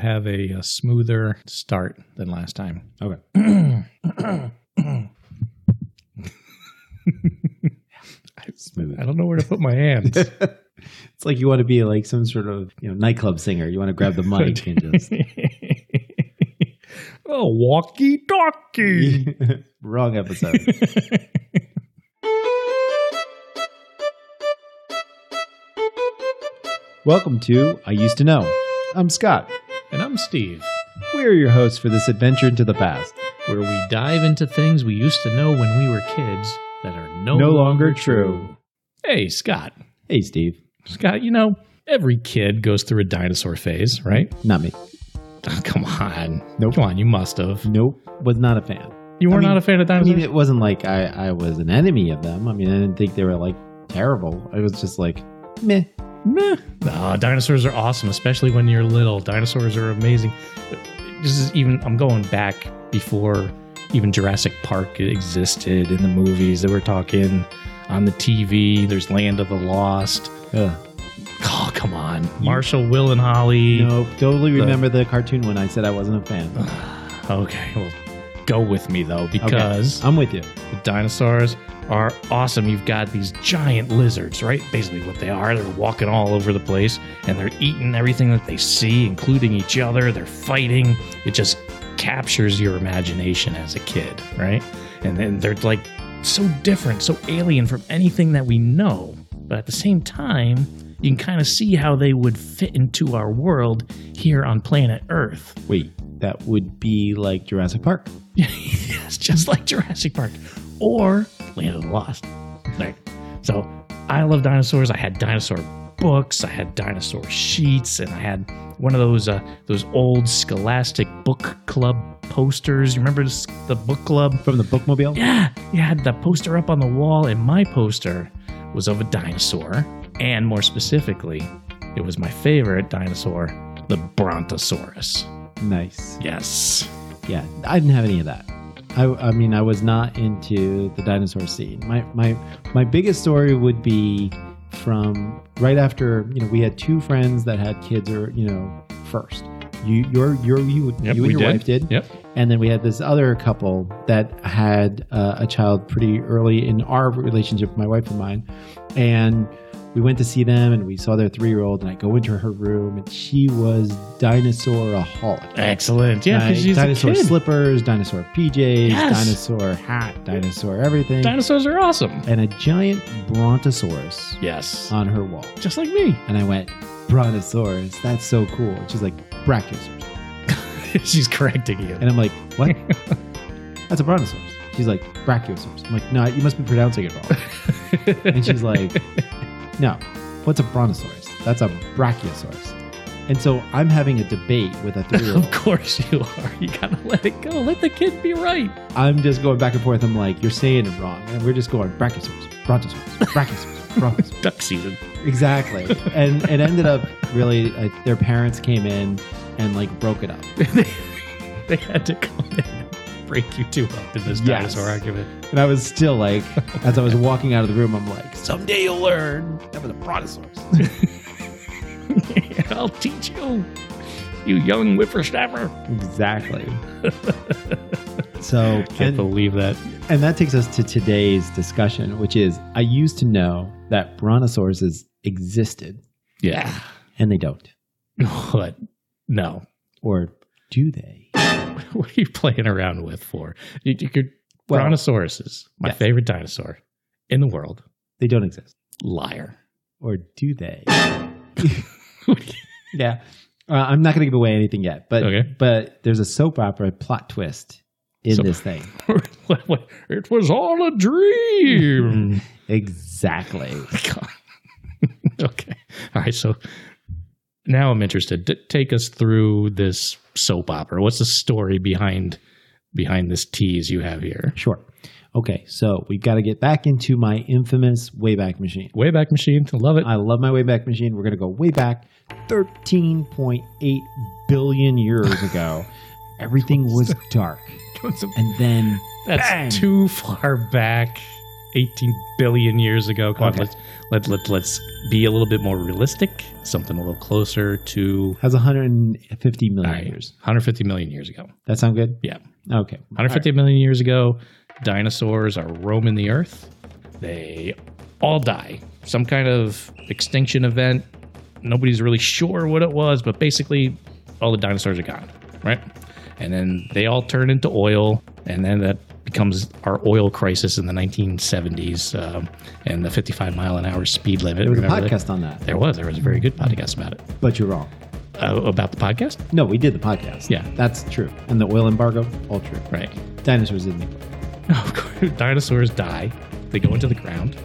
have a, a smoother start than last time. Okay. Smooth I it. don't know where to put my hands. It's like you want to be like some sort of you know nightclub singer. You want to grab the mic and just oh, walkie talkie. wrong episode. Welcome to I Used to Know. I'm Scott. and I'm Steve, We are your hosts for this adventure into the past. where we dive into things we used to know when we were kids that are no, No longer true. Hey, Scott. Hey, Steve. Scott, you know, every kid goes through a dinosaur phase, right? Not me. Oh, come on. Nope. Come on, you must have. Nope. Was not a fan. You were I mean- not a fan of I dinosaurs? mean, it wasn't like I, I was an enemy of them. I mean, I didn't think they were like terrible. I was just like, meh. Meh. No, Uh, dinosaurs are awesome, especially when you're little. Dinosaurs are amazing. This is even, I'm going back before even Jurassic Park existed in the movies that we're talking on the TV. There's Land of the Lost. Ugh. Oh, come on. Marshall, Will, and Holly. No, totally remember the cartoon when I said I wasn't a fan. Okay, well, go with me though, because I'm with you. the dinosaurs are awesome. You've got these giant lizards, right? Basically, what they are. They're walking all over the place and they're eating everything that they see, including each other. They're fighting. It just captures your imagination as a kid, right? And then they're like so different, so alien from anything that we know. But at the same time, you can kind of see how they would fit into our world here on planet Earth. Wait, that would be like Jurassic Park. yes, just like Jurassic Park or Land of the Lost. Right. So I love dinosaurs. I had dinosaur books. I had dinosaur sheets, and I had one of those uh, those old Scholastic Book Club posters. You remember this, the book club? From the bookmobile? Yeah, you had the poster up on the wall, and my poster was of a dinosaur, and more specifically, it was my favorite dinosaur, the Brontosaurus. Nice. Yes. Yeah, I didn't have any of that. I, I mean, I was not into the dinosaur scene. My, my, my biggest story would be from right after, you know, we had two friends that had kids or, you know, first. You, your, your, you, you and your wife did. Yep. And then we had this other couple that had uh, a child pretty early in our relationship, my wife and mine. And we went to see them and we saw their three year old. And I go into her room and she was dinosauraholic. Excellent. Yeah, Like, because she's dinosaur a kid. slippers, dinosaur PJs, Yes. dinosaur hat, dinosaur everything, Dinosaurs are awesome. and Uh, a giant brontosaurus Yes. on her wall. Just like me. And I went, Brontosaurus, that's so cool. And she's like, Brachiosaurus. she's correcting you. And I'm like, what? That's a brontosaurus. She's like, brachiosaurus. I'm like, no, you must be pronouncing it wrong. and she's like, no, what's a brontosaurus? That's a brachiosaurus. And so I'm having a debate with a three year of old. course you are. You gotta let it go. Let the kid be right. I'm just going back and forth. I'm like, you're saying it wrong. And we're just going, brachiosaurus, brontosaurus, brachiosaurus, brontosaurus. Duck season. Exactly. And it ended up really, like, their parents came in and like broke it up. They had to come in and break you two up in this Yes. dinosaur argument. And I was still like, as I was walking out of the room, I'm like, someday you'll learn. That was a brontosaurus. I'll teach you, you young whippersnapper. Exactly. so, Can't and, believe that. and that takes us to today's discussion, which is I used to know that brontosauruses existed, Yeah. and they don't. What? No. Or do they? What are you playing around with for? You, you could, Well- Brontosauruses, my Yes. favorite dinosaur in the world. They don't exist. Liar. Or do they? Yeah. Uh, I'm not going to give away anything yet, but Okay. but there's a soap opera plot twist in So- this thing. What- what- it was all a dream. Exactly. God. okay. All right. So now I'm interested. D- take us through this soap opera. What's the story behind behind this tease you have here? Sure. Okay, so we got to get back into my infamous Wayback Machine. Wayback Machine. Love it. I love my Wayback Machine. We're going to go way back 13.8 billion years ago. Everything was dark. And then That's Bang. too far back 18 billion years ago. Come on, let's let, let, let's be a little bit more realistic. Something a little closer to Has 150 million all right, years. 150 million years ago. That sound good? Yeah. Okay. 150 million years ago, dinosaurs are roaming the earth. They all die. Some kind of extinction event. Nobody's really sure what it was, but basically, all the dinosaurs are gone, right? And then they all turn into oil, and then that becomes our oil crisis in the 1970s um, and the 55 mile an hour speed limit. There was a Remember that? podcast on that, There was. There was a very good podcast about it. but you're wrong. Uh, about the podcast? No, we did the podcast. Yeah. That's true. And the oil embargo, all true. Right. Dinosaurs didn't. make it. Of course, dinosaurs die. They go into the ground,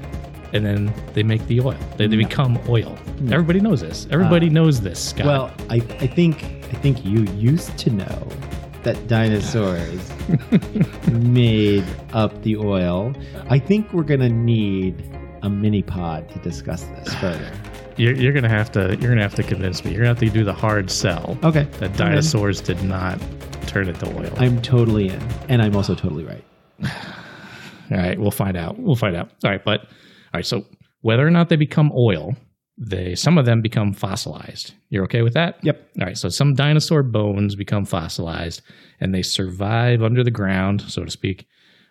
and then they make the oil. They, they become oil. Everybody knows this. Everybody knows this, Scott. Well, I, I think I think you used to know that dinosaurs made up the oil. I think we're gonna need a mini pod to discuss this further. you're, you're gonna have to you're gonna have to convince me. You're gonna have to do the hard sell Okay. that dinosaurs did not turn into oil. I'm totally in, and I'm also totally right. All right, we'll find out. We'll find out. All right, but all right. So whether or not they become oil, they some of them become fossilized. You're okay with that? Yep. All right, so some dinosaur bones become fossilized and they survive under the ground, so to speak,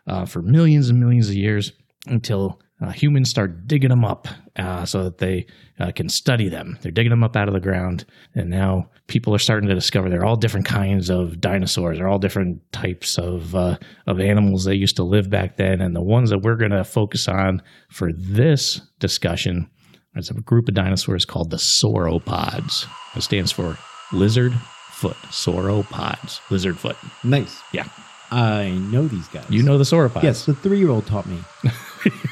uh, for millions and millions of years until uh, humans start digging them up uh, so that they uh, can study them. They're digging them up out of the ground, and now people are starting to discover they're all different kinds of dinosaurs. They're all different types of uh, of animals that used to live back then, and the ones that we're going to focus on for this discussion there's a group of dinosaurs called the sauropods. It stands for lizard foot. Sauropods. Lizard foot. Nice. Yeah. I know these guys. You know the sauropods. Yes, the three year old taught me.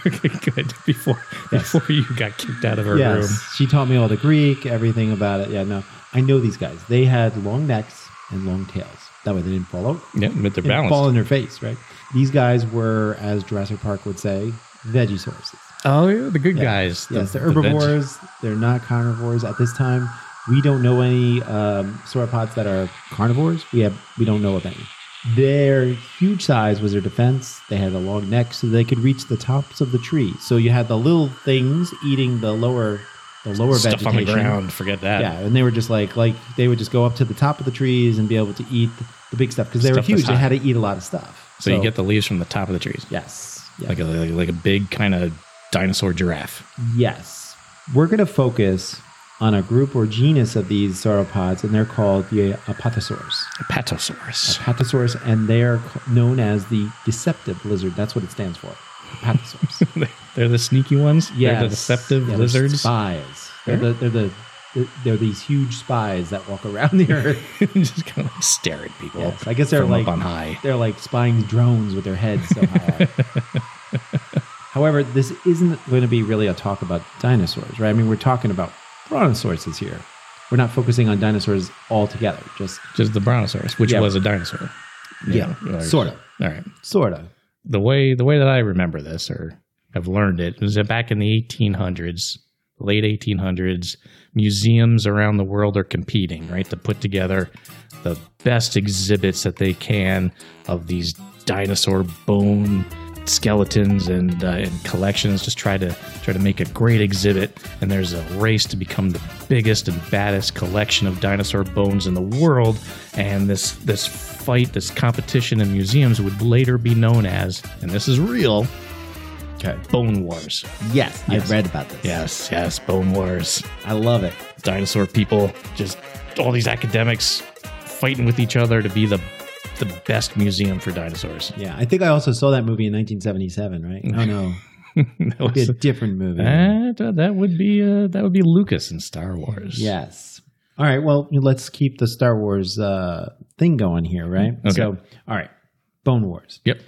okay, good. Before before you got kicked out of her yes. room. She taught me all the Greek, everything about it. Yeah, no. I know these guys. They had long necks and long tails. That way they didn't fall out. Yeah, but they're They didn't balanced. fall in their face, right? These guys were, as Jurassic Park would say, veggiesauruses. oh, yeah, the good guys. Yes, the, they're the veg- herbivores. they're not carnivores at this time. We don't know any um, sauropods that are carnivores. We have we don't know of any. Their huge size was their defense. They had a long neck, so they could reach the tops of the trees. So you had the little things eating the lower the lower stuff on vegetation. the ground. Forget that. Yeah, and they were just like like they would just go up to the top of the trees and be able to eat the big stuff because they were Stuff that's huge. They hot. had to eat a lot of stuff. So, you get the leaves from the top of the trees. yes, yes. Like a like, like a big kind of dinosaur giraffe. Yes. We're going to focus on a group or genus of these sauropods, and they're called the apatosaurs. Apatosaurus. Apatosaurs, and they are c- known as the deceptive lizard. That's what it stands for. Apatosaurs. they're the sneaky ones. yes. They're the deceptive Yeah, they're lizards. Spies. They're, the, they're the they're- they're these huge spies that walk around the earth. Just kind of like stare at people. Yes, I guess they're from like up on high. They're like spying drones with their heads so high. up. However, this isn't going to be really a talk about dinosaurs, right? I mean, we're talking about brontosauruses here. We're not focusing on dinosaurs altogether, just Just the brontosaurus, which Yeah. was a dinosaur. Yeah, sort of. All right. sort of. The way the way that I remember this or have learned it is that back in the 1800s, late 1800s, museums around the world are competing, right, to put together the best exhibits that they can of these dinosaur bone skeletons and, uh, and collections just try to try to make a great exhibit and there's a race to become the biggest and baddest collection of dinosaur bones in the world and this this fight this competition in museums would later be known as and this is real Okay. bone wars Yes, Yes. I read about this. yes yes bone wars I love it. dinosaur people, just all these academics fighting with each other to be the the best museum for dinosaurs. Yeah, I think I also saw that movie in 1977, right? Oh no, that, it'd be was- a different movie. that, that would be uh, that would be Lucas in Star Wars. Yes. All right. Well, let's keep the Star Wars uh, thing going here, right? Okay. So, all right, Bone Wars. Yep.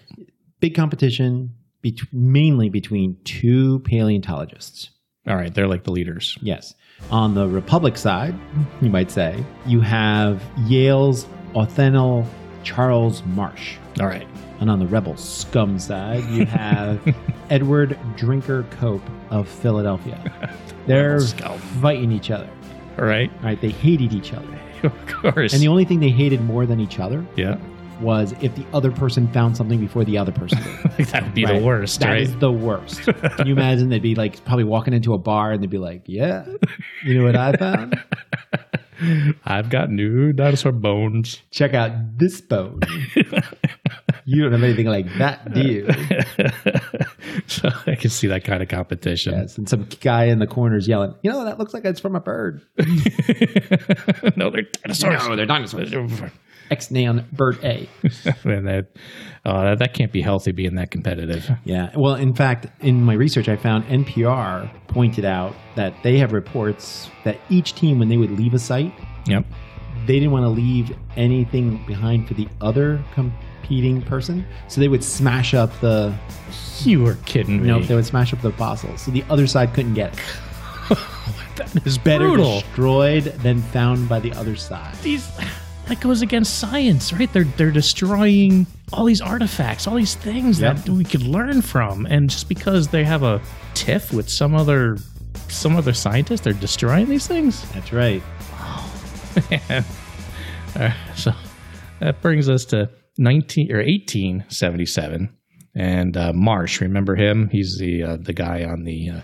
big competition bet- mainly between two paleontologists. All right, they're like the leaders. Yes. On the Republic side, you might say, you have Yale's Othello Charles Marsh. All right. And on the Rebel scum side, you have Edward Drinker Cope of Philadelphia. They're Scum. fighting each other. All right. All right, they hated each other. Of course. And the only thing they hated more than each other yeah. was if the other person found something before the other person did. that would be Right. the worst, That right? is the worst. Can you imagine? They'd be like probably walking into a bar and they'd be like, "Yeah, you know what I found? I've got new dinosaur bones. Check out this bone. You don't have anything like that, do you?" so I can see that kind of competition. Yes, and some guy in the corner is yelling, "You know that looks like it's from a bird." no, they're dinosaurs. they're dinosaurs. and X neon bird A. that, uh, that, that can't be healthy being that competitive. Yeah. Well, in fact, in my research, I found NPR pointed out that they have reports that each team, when they would leave a site, Yep. they didn't want to leave anything behind for the other competing person. So they would smash up the You were kidding me. no, they would smash up the fossil. So the other side couldn't get it. that is Better brutal. destroyed than found by the other side. These, that goes against science, right? They're, they're destroying all these artifacts, all these things Yep. that we could learn from. And just because they have a tiff with some other some other scientist, they're destroying these things? That's right. All right, so that brings us to 19 or 1877 and uh, marsh remember him he's the uh, the guy on the uh,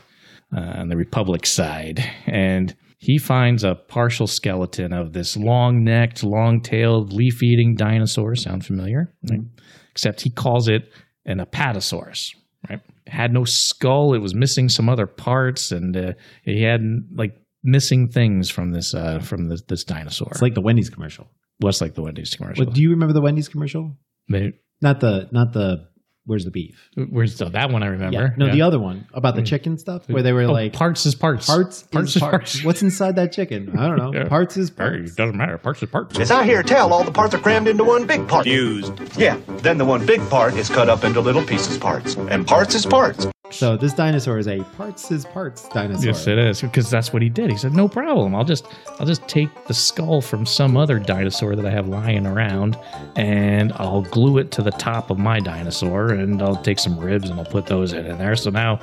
uh, on the republic side and he finds a partial skeleton of this long-necked long-tailed leaf-eating dinosaur sound familiar Mm-hmm. right? except he calls it an apatosaurus right it had no skull it was missing some other parts and uh, he had like missing things from this uh from this, this dinosaur It's like the Wendy's commercial. Looks like the Wendy's commercial. What, do you remember the Wendy's commercial? They- Not the not the where's the beef? where's the, that one? I remember. Yeah. No, Yeah. the other one about the chicken stuff where they were Oh, like parts is parts. parts, parts is parts. What's inside that chicken? I don't know. Yeah. Parts is Hey, parts. doesn't matter. Parts is parts. As I hear tell, all the parts are crammed into one big part. used. Yeah, then the one big part is cut up into little pieces parts. And parts is parts. So this dinosaur is a parts is parts dinosaur. Yes, it is because that's what he did. He said, "No problem. I'll just, I'll just take the skull from some other dinosaur that I have lying around, and I'll glue it to the top of my dinosaur, and I'll take some ribs and I'll put those in, in there." So now,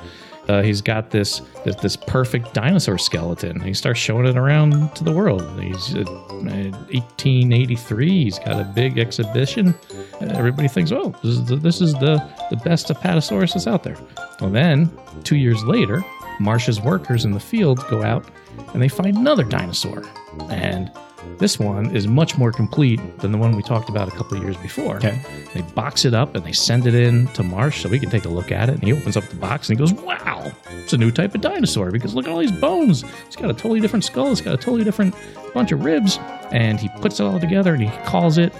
uh, he's got this, this this perfect dinosaur skeleton. He starts showing it around to the world. He's uh, uh, 1883. He's got a big exhibition. And everybody thinks, "Oh, this is the, this is the the best Apatosaurus that's out there." Well, then two years later. Marsh's workers in the field go out and they find another dinosaur. And this one is much more complete than the one we talked about a couple of years before. Okay. They box it up and they send it in to Marsh so we can take a look at it. And he opens up the box and he goes, Wow, it's a new type of dinosaur because look at all these bones. It's got a totally different skull, it's got a totally different bunch of ribs. And he puts it all together and he calls it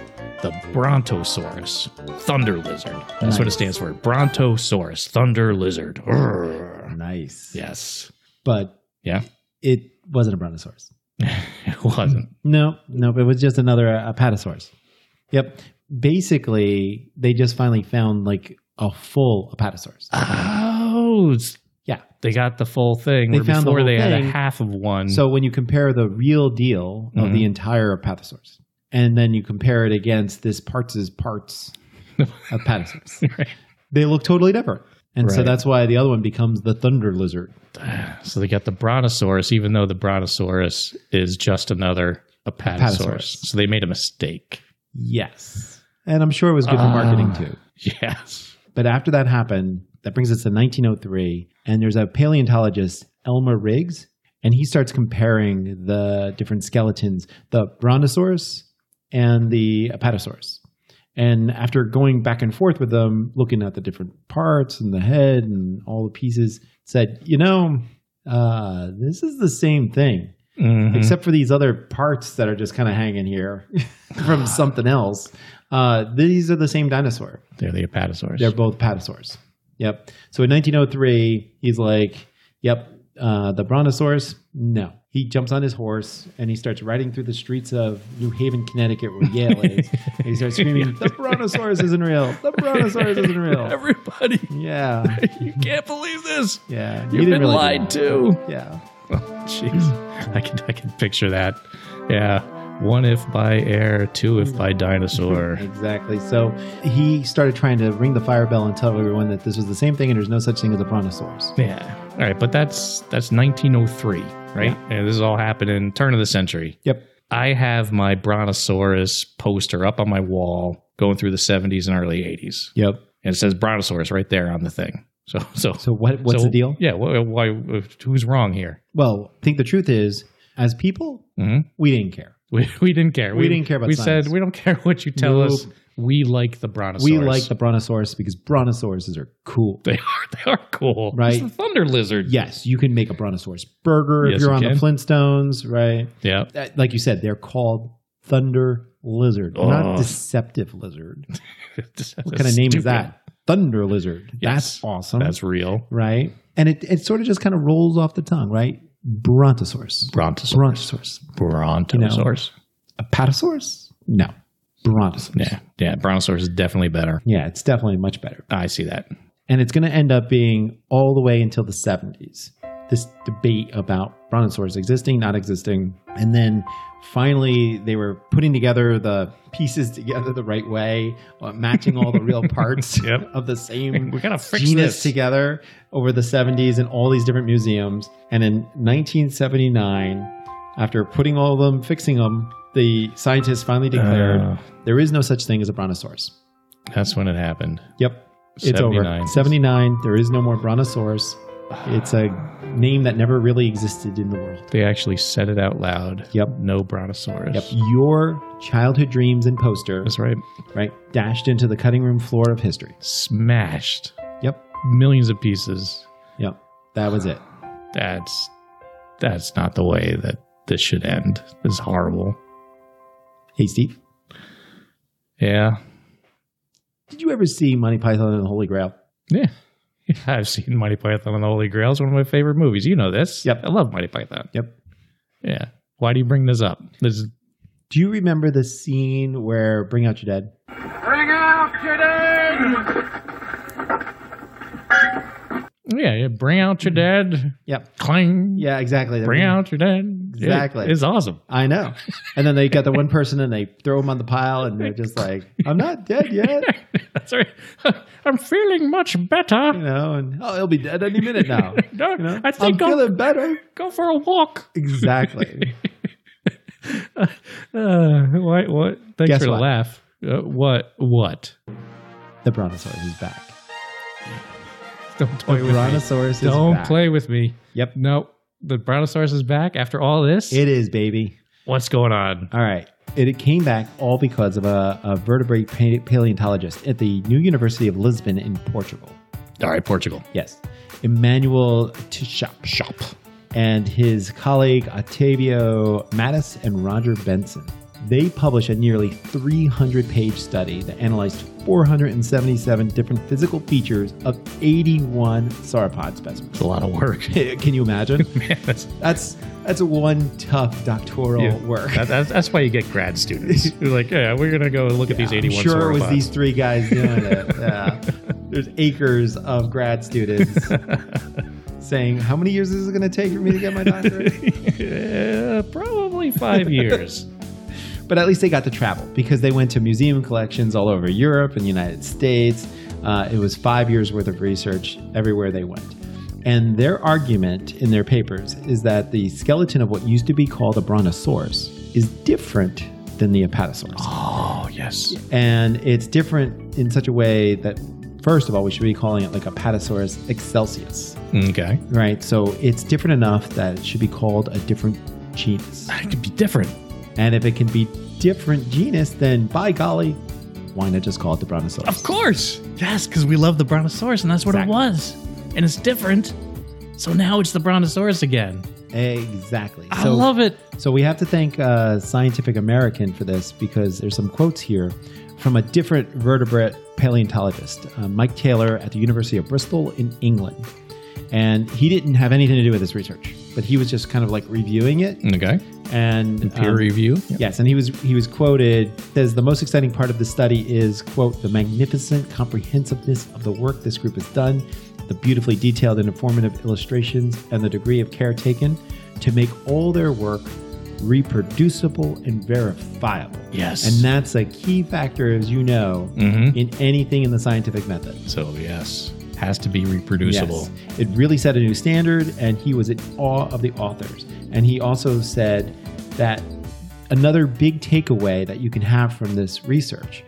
the Brontosaurus Thunder Lizard. That's what it Nice. stands for Brontosaurus Thunder Lizard. Urgh. Nice. Yes. But Yeah. it wasn't a brontosaurus. It wasn't. No, no, it was just another uh, apatosaurus. Yep. Basically, they just finally found like a full apatosaurus. Oh, it's- Yeah. They got the full thing. They where found the before whole they had a thing. half of one. So when you compare the real deal of the Mhm. entire apatosaurus, and then you compare it against this parts is parts apatosaurus, Right. they look totally different. And so Right. that's why the other one becomes the thunder lizard. So they got the brontosaurus, even though the brontosaurus is just another apatosaurus. Apatosaurus. So they made a mistake. Yes. And I'm sure it was good for Ah. marketing too. Yes. But after that happened, that brings us to 1903, and there's a paleontologist, Elmer Riggs, and he starts comparing the different skeletons, the Brontosaurus and the Apatosaurus. And after going back and forth with them, looking at the different parts and the head and all the pieces, said, you know, uh, this is the same thing, Mhm. except for these other parts that are just kind of hanging here from something else. Uh, these are the same dinosaur. They're the apatosaurus. They're both patasaurs. Yep. So in 1903, he's like, "Yep, uh, the brontosaurus." No, he jumps on his horse and he starts riding through the streets of New Haven, Connecticut, where Yale is. and he starts screaming, "The brontosaurus isn't real! The brontosaurus isn't real!" Everybody, Yeah, you can't believe this. yeah. He You've didn't been really do lied that. to. Yeah. Jeez, I can I can picture that. Yeah, one if by air, two if by dinosaur. Exactly. So he started trying to ring the fire bell and tell everyone that this was the same thing and there's no such thing as a brontosaurus. Yeah. All right, but that's that's 1903, right? And this is all happening turn of the century. Yep. I have my Brontosaurus poster up on my wall going through the 70s and early 80s. Yep. And it says brontosaurus right there on the thing. So, so, So what? What's so- the deal? Yeah. Why, why, who's wrong here? Well, I think the truth is, as people, Mhm. we didn't care. We, we didn't care. We didn't care about We science. said, we don't care what you tell Nope. us. We like the brontosaurus. We like the brontosaurus because brontosauruses are cool. They are, they are cool. Right. It's the thunder lizard. Yes, you can make a brontosaurus burger Yes, if you're you on can. the Flintstones, right? Yeah. That- like you said, they're called thunder lizard, Ugh. not deceptive lizard. what What kind of name is that? Thunder lizard. Yes. That's awesome. That's real. right. And it, it sort of just kind of rolls off the tongue, right? Brontosaurus. Brontosaurus. Brontosaurus. Brontosaurus. Apatosaurus? No. Brontosaurus. Yeah. Yeah. Brontosaurus is definitely better. Yeah, it's definitely much better. I see that. And it's going to end up being all the way until the 70s. This debate about brontosaurus existing, not existing. And then finally, they were putting together the pieces together the right way, uh, matching all the real parts Yep. of the same We gotta fix genus this. together over the 70s in all these different museums. And in 1979, after putting all of them, fixing them, the scientists finally declared Uh, there is no such thing as a brontosaurus. that's when it happened. Yep. It's over. 79. There is no more brontosaurus. It's a name that never really existed in the world. They actually said it out loud. Yep. No brontosaurus. Yep. Your childhood dreams and poster, That's right. right, dashed into the cutting room floor of history. Smashed Yep. millions of pieces. Yep. That was it. That's that's not the way that this should end. This is horrible. Hey, Steve, Yeah. did you ever see Monty Python and the Holy Grail? Yeah. I've seen Mighty Python and the Holy Grail. It's one of my favorite movies. You know this. Yep. I love Mighty Python. Yep. Yeah. Why do you bring this up? This is Do you remember the scene where Bring Out Your Dead? Bring out your dead! yeah, yeah. Bring out your dead. Yep. Clang. Yeah, exactly. I Bring mean, out your dead. Yeah, Exactly. it's awesome. I know. And then they got the one person and they throw him on the pile and they're just like, I'm not dead yet. That's right. I'm feeling much you better. know, and oh, he'll be dead any minute now. No, You know? I think I'm I'll feeling better. go for a walk. Exactly. Uh, what? What? Thanks Guess for what? the laugh. Uh, what? What? the brontosaurus is back. Don't toy The with me. brontosaurus Oh, is Don't back. play with me. Yep, No, the brontosaurus is back after all this. it is, baby. What's going on? All right. It, it came back all because of a, a vertebrate pa- paleontologist at the New University of Lisbon in Portugal. All right, Portugal. Yes, Emmanuel Tishop. Shop. And his colleague Octavio Mattis and Roger Benson. They published a nearly 300 page study that analyzed 477 different physical features of 81 sauropod specimens. It's a lot of work. Can you imagine? Man, that's, That's that's one tough doctoral Yeah. work. that- that's that's why you get grad students. You're like, yeah, we're gonna go look at these I'm 81 sure it was sauropods." these three guys doing it. Yeah. There's acres of grad students saying, "How many years is it going to take for me to get my doctorate?" Yeah, Uh, probably five years. but at least they got to travel because they went to museum collections all over Europe and the United States. Uh, it was five years worth of research everywhere they went. And their argument in their papers is that the skeleton of what used to be called a brontosaurus is different than the apatosaurus. Oh yes. and it's different in such a way that first of all we should be calling it like a patasaurus excelsius Okay. right so it's different enough that it should be called a different genus It could be different. and if it can be different genus then by golly why not just call it the brontosaurus Of course. Yes, because we love the brontosaurus, and that's what Exactly. it was. And it's different. So now it's the brontosaurus again. exactly Oh. I love it. So we have to thank uh, Scientific American for this because there's some quotes here from a different vertebrate paleontologist, uh, Mike Taylor at the University of Bristol in England. And he didn't have anything to do with this research, but he was just kind of like reviewing it Okay. and um, review. Yes, and he was he was quoted says the most exciting part of the study is quote the magnificent comprehensiveness of the work this group has done, the beautifully detailed and informative illustrations, and the degree of care taken to make all their work reproducible and verifiable. Yes. And that's a key factor, as you know, Mhm. in anything in the scientific method. So yes, has to be reproducible. Yes. It really set a new standard, and he was in awe of the authors. And he also said that another big takeaway that you can have from this research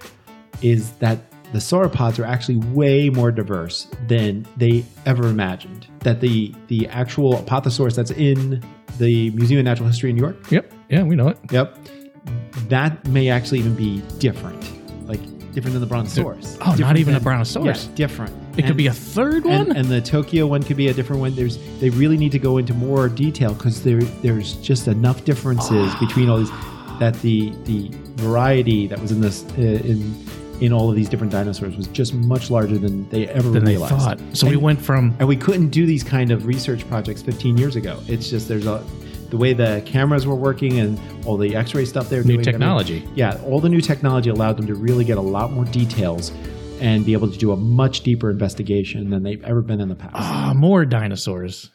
is that the sauropods are actually way more diverse than they ever imagined. That the the actual apatosaurus that's in the Museum of Natural History in New York, Yep. Yeah, we know it. yep, that may actually even be different, like different than the brontosaurus. Oh, not Different even a than- brontosaurus. Yeah, different. It could And- be a third and, one. and the Tokyo one could be a different one. There's they really need to go into more detail because there there's just enough differences between all these that the the variety that was in this uh, in in all of these different dinosaurs was just much larger than they ever than they realized. thought. So we And- went from and we couldn't do these kind of research projects 15 years ago. It's just there's a the way the cameras were working and all the X-ray stuff they were New doing. I mean, technology. yeah, all the new technology allowed them to really get a lot more details and be able to do a much deeper investigation than they've ever been in the past. ah, more dinosaurs.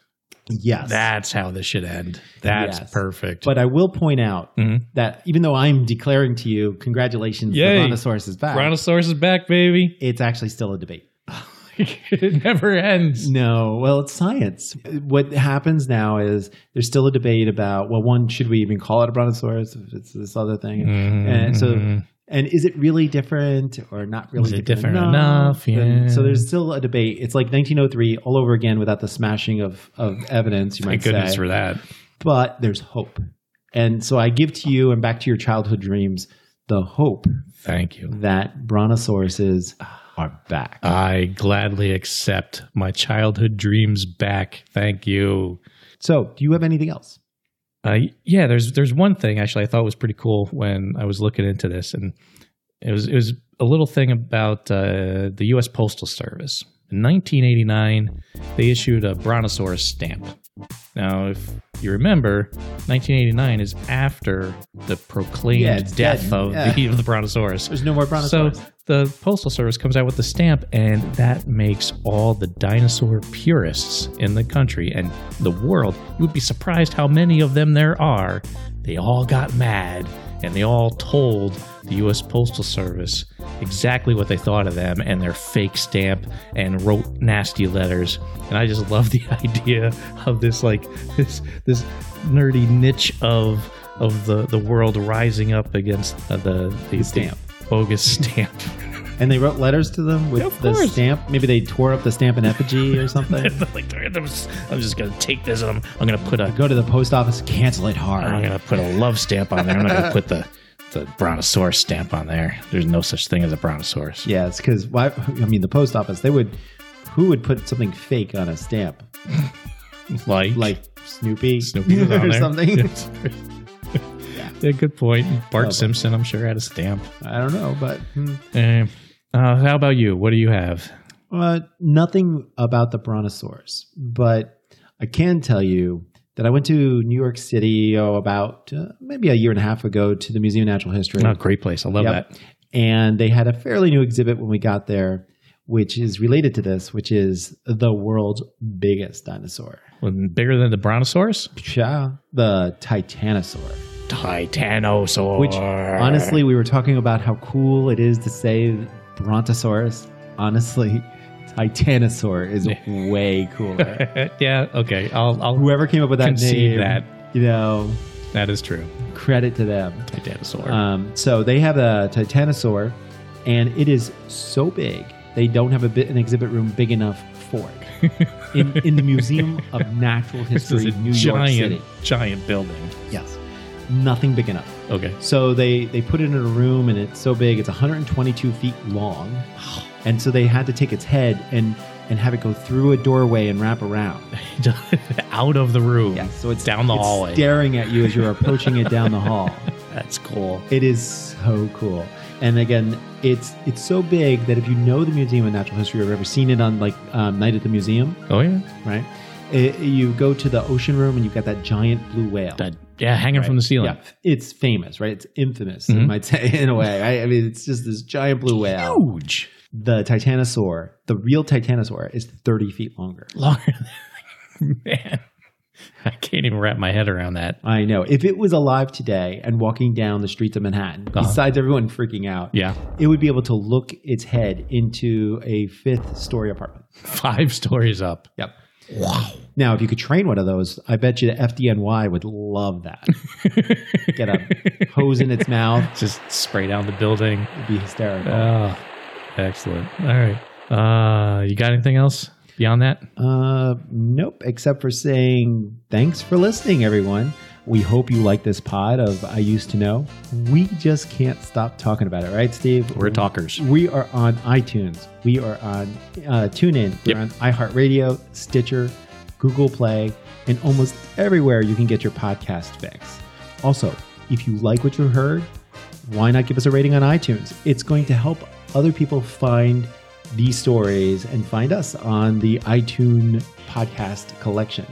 yes, That's how this should end. That's Yes. perfect. But I will point out Mhm. that even though I'm declaring to you, congratulations, Yay. the Brontosaurus is back. Brontosaurus is back, baby. it's actually still a debate. it never ends. No, well, it's science. What happens now is there's still a debate about well, one should we even call it a brontosaurus? If it's this other thing, and so Mhm. and is it really different or not really Is it different, different enough? And Yeah. so there's still a debate. It's like 1903 all over again without the smashing of of evidence. You Thank might goodness say, for that. but there's hope. And so I give to you and back to your childhood dreams the hope Thank you. that brontosauruses are back. I gladly accept my childhood dreams back. Thank you. So, do you have anything else? Uh, yeah, there's there's one thing actually I thought was pretty cool when I was looking into this, and it was it was a little thing about uh, the U.S. Postal Service. In 1989, they issued a Brontosaurus stamp. Now, if you remember, 1989 is after the proclaimed Yeah, it's death dead. of, the, Yeah. of the Brontosaurus. There's no more brontosaurus. So the Postal Service comes out with the stamp, and that makes all the dinosaur purists in the country and the world. You would be surprised how many of them there are. They all got mad, and they all told the U.S. Postal Service exactly what they thought of them and their fake stamp, and wrote nasty letters. And I just love the idea of this, like this this nerdy niche of of the, the world rising up against uh, the, the, the stamp. bogus stamp. and they wrote letters to them with Of the course. stamp. Maybe they tore up the stamp in effigy or something. like I'm just, I'm just gonna take this and I'm, I'm gonna put a Go to the post office, cancel it I'm hard. gonna put a love stamp on there. I'm not gonna put the the brontosaurus stamp on there. There's no such thing as a brontosaurus. Yeah, it's because why? I mean, the post office. They would. Who would put something fake on a stamp? Like Like Snoopy, Snoopy was on or there. something. yeah, good point. Bart Oh. Simpson, I'm sure, had a stamp. I don't know, but hmm. Eh, uh, how about you? What do you have? Uh, nothing about the brontosaurus, but I can tell you that I went to New York City oh, about uh, maybe a year and a half ago to the Museum of Natural History. Oh, great place. I love Hmm. Yep. that. And they had a fairly new exhibit when we got there, which is related to this, which is the world's biggest dinosaur. Well, bigger than the brontosaurus? Yeah, the Titanosaur. Titanosaur. Which honestly, we were talking about how cool it is to say Brontosaurus. Honestly, Titanosaur is way cooler. yeah. Okay. I'll. I'll whoever came up with that Concede name, that. you know, that is true. credit to them. Titanosaur. Um, so they have a Titanosaur, and it is so big they don't have a bit, an exhibit room big enough for it. in, in the Museum of Natural this is History, a New giant, York City. giant building. Yes, nothing big enough. Okay. So they they put it in a room, and it's so big, it's 122 feet long, and so they had to take its head and and have it go through a doorway and wrap around. Out of the room. Yeah, so it's down the it's hallway. staring at you as you're approaching it down the hall. That's cool. It is so cool. And again, it's it's so big that if you know the Museum of Natural History or have ever seen it on like um, Night at the Museum, Oh yeah. right? It, you go to the ocean room and you've got that giant blue whale. That, yeah, hanging right? from the ceiling. Yeah, it's famous, right? It's infamous, Mhm. you might say, in a way. Right? I mean, it's just this giant blue whale. Huge. The Titanosaur, the real Titanosaur, is 30 feet longer. Longer. Than, man, I can't even wrap my head around that. I know. If it was alive today and walking down the streets of Manhattan, Uh-huh. besides everyone freaking out, Yeah, it would be able to look its head into a fifth story apartment. five stories up. Yep. Wow. Now, if you could train one of those, I bet you the FDNY would love that. Get a hose in its mouth. Just spray down the building. It'd be hysterical. Oh, excellent. All right. Uh, you got anything else beyond that? Uh, nope, except for saying thanks for listening, everyone. We hope you like this pod of I Used to Know. We just can't stop talking about it, right, Steve? We're talkers. We are on iTunes. We are on uh, TuneIn. We're Yep. on iHeartRadio, Stitcher, Google Play, and almost everywhere you can get your podcast fix. Also, if you like what you heard, why not give us a rating on iTunes? It's going to help other people find these stories and find us on the iTunes podcast collection.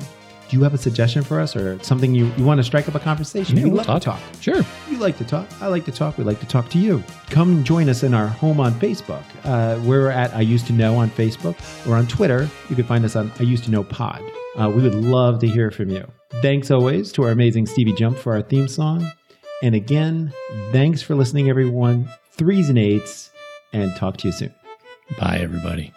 Do you have a suggestion for us or something you, you want to strike up a conversation? Yeah, we we'll love to talk. Sure. You like to talk. I like to talk. We like to talk to you. Come join us in our home on Facebook. Uh, we're at I Used to Know on Facebook or on Twitter. You can find us on I Used to Know Pod. Uh, we would love to hear from you. Thanks always to our amazing Stevie Jump for our theme song. And again, thanks for listening, everyone. Threes and eights, and talk to you soon. Bye, everybody.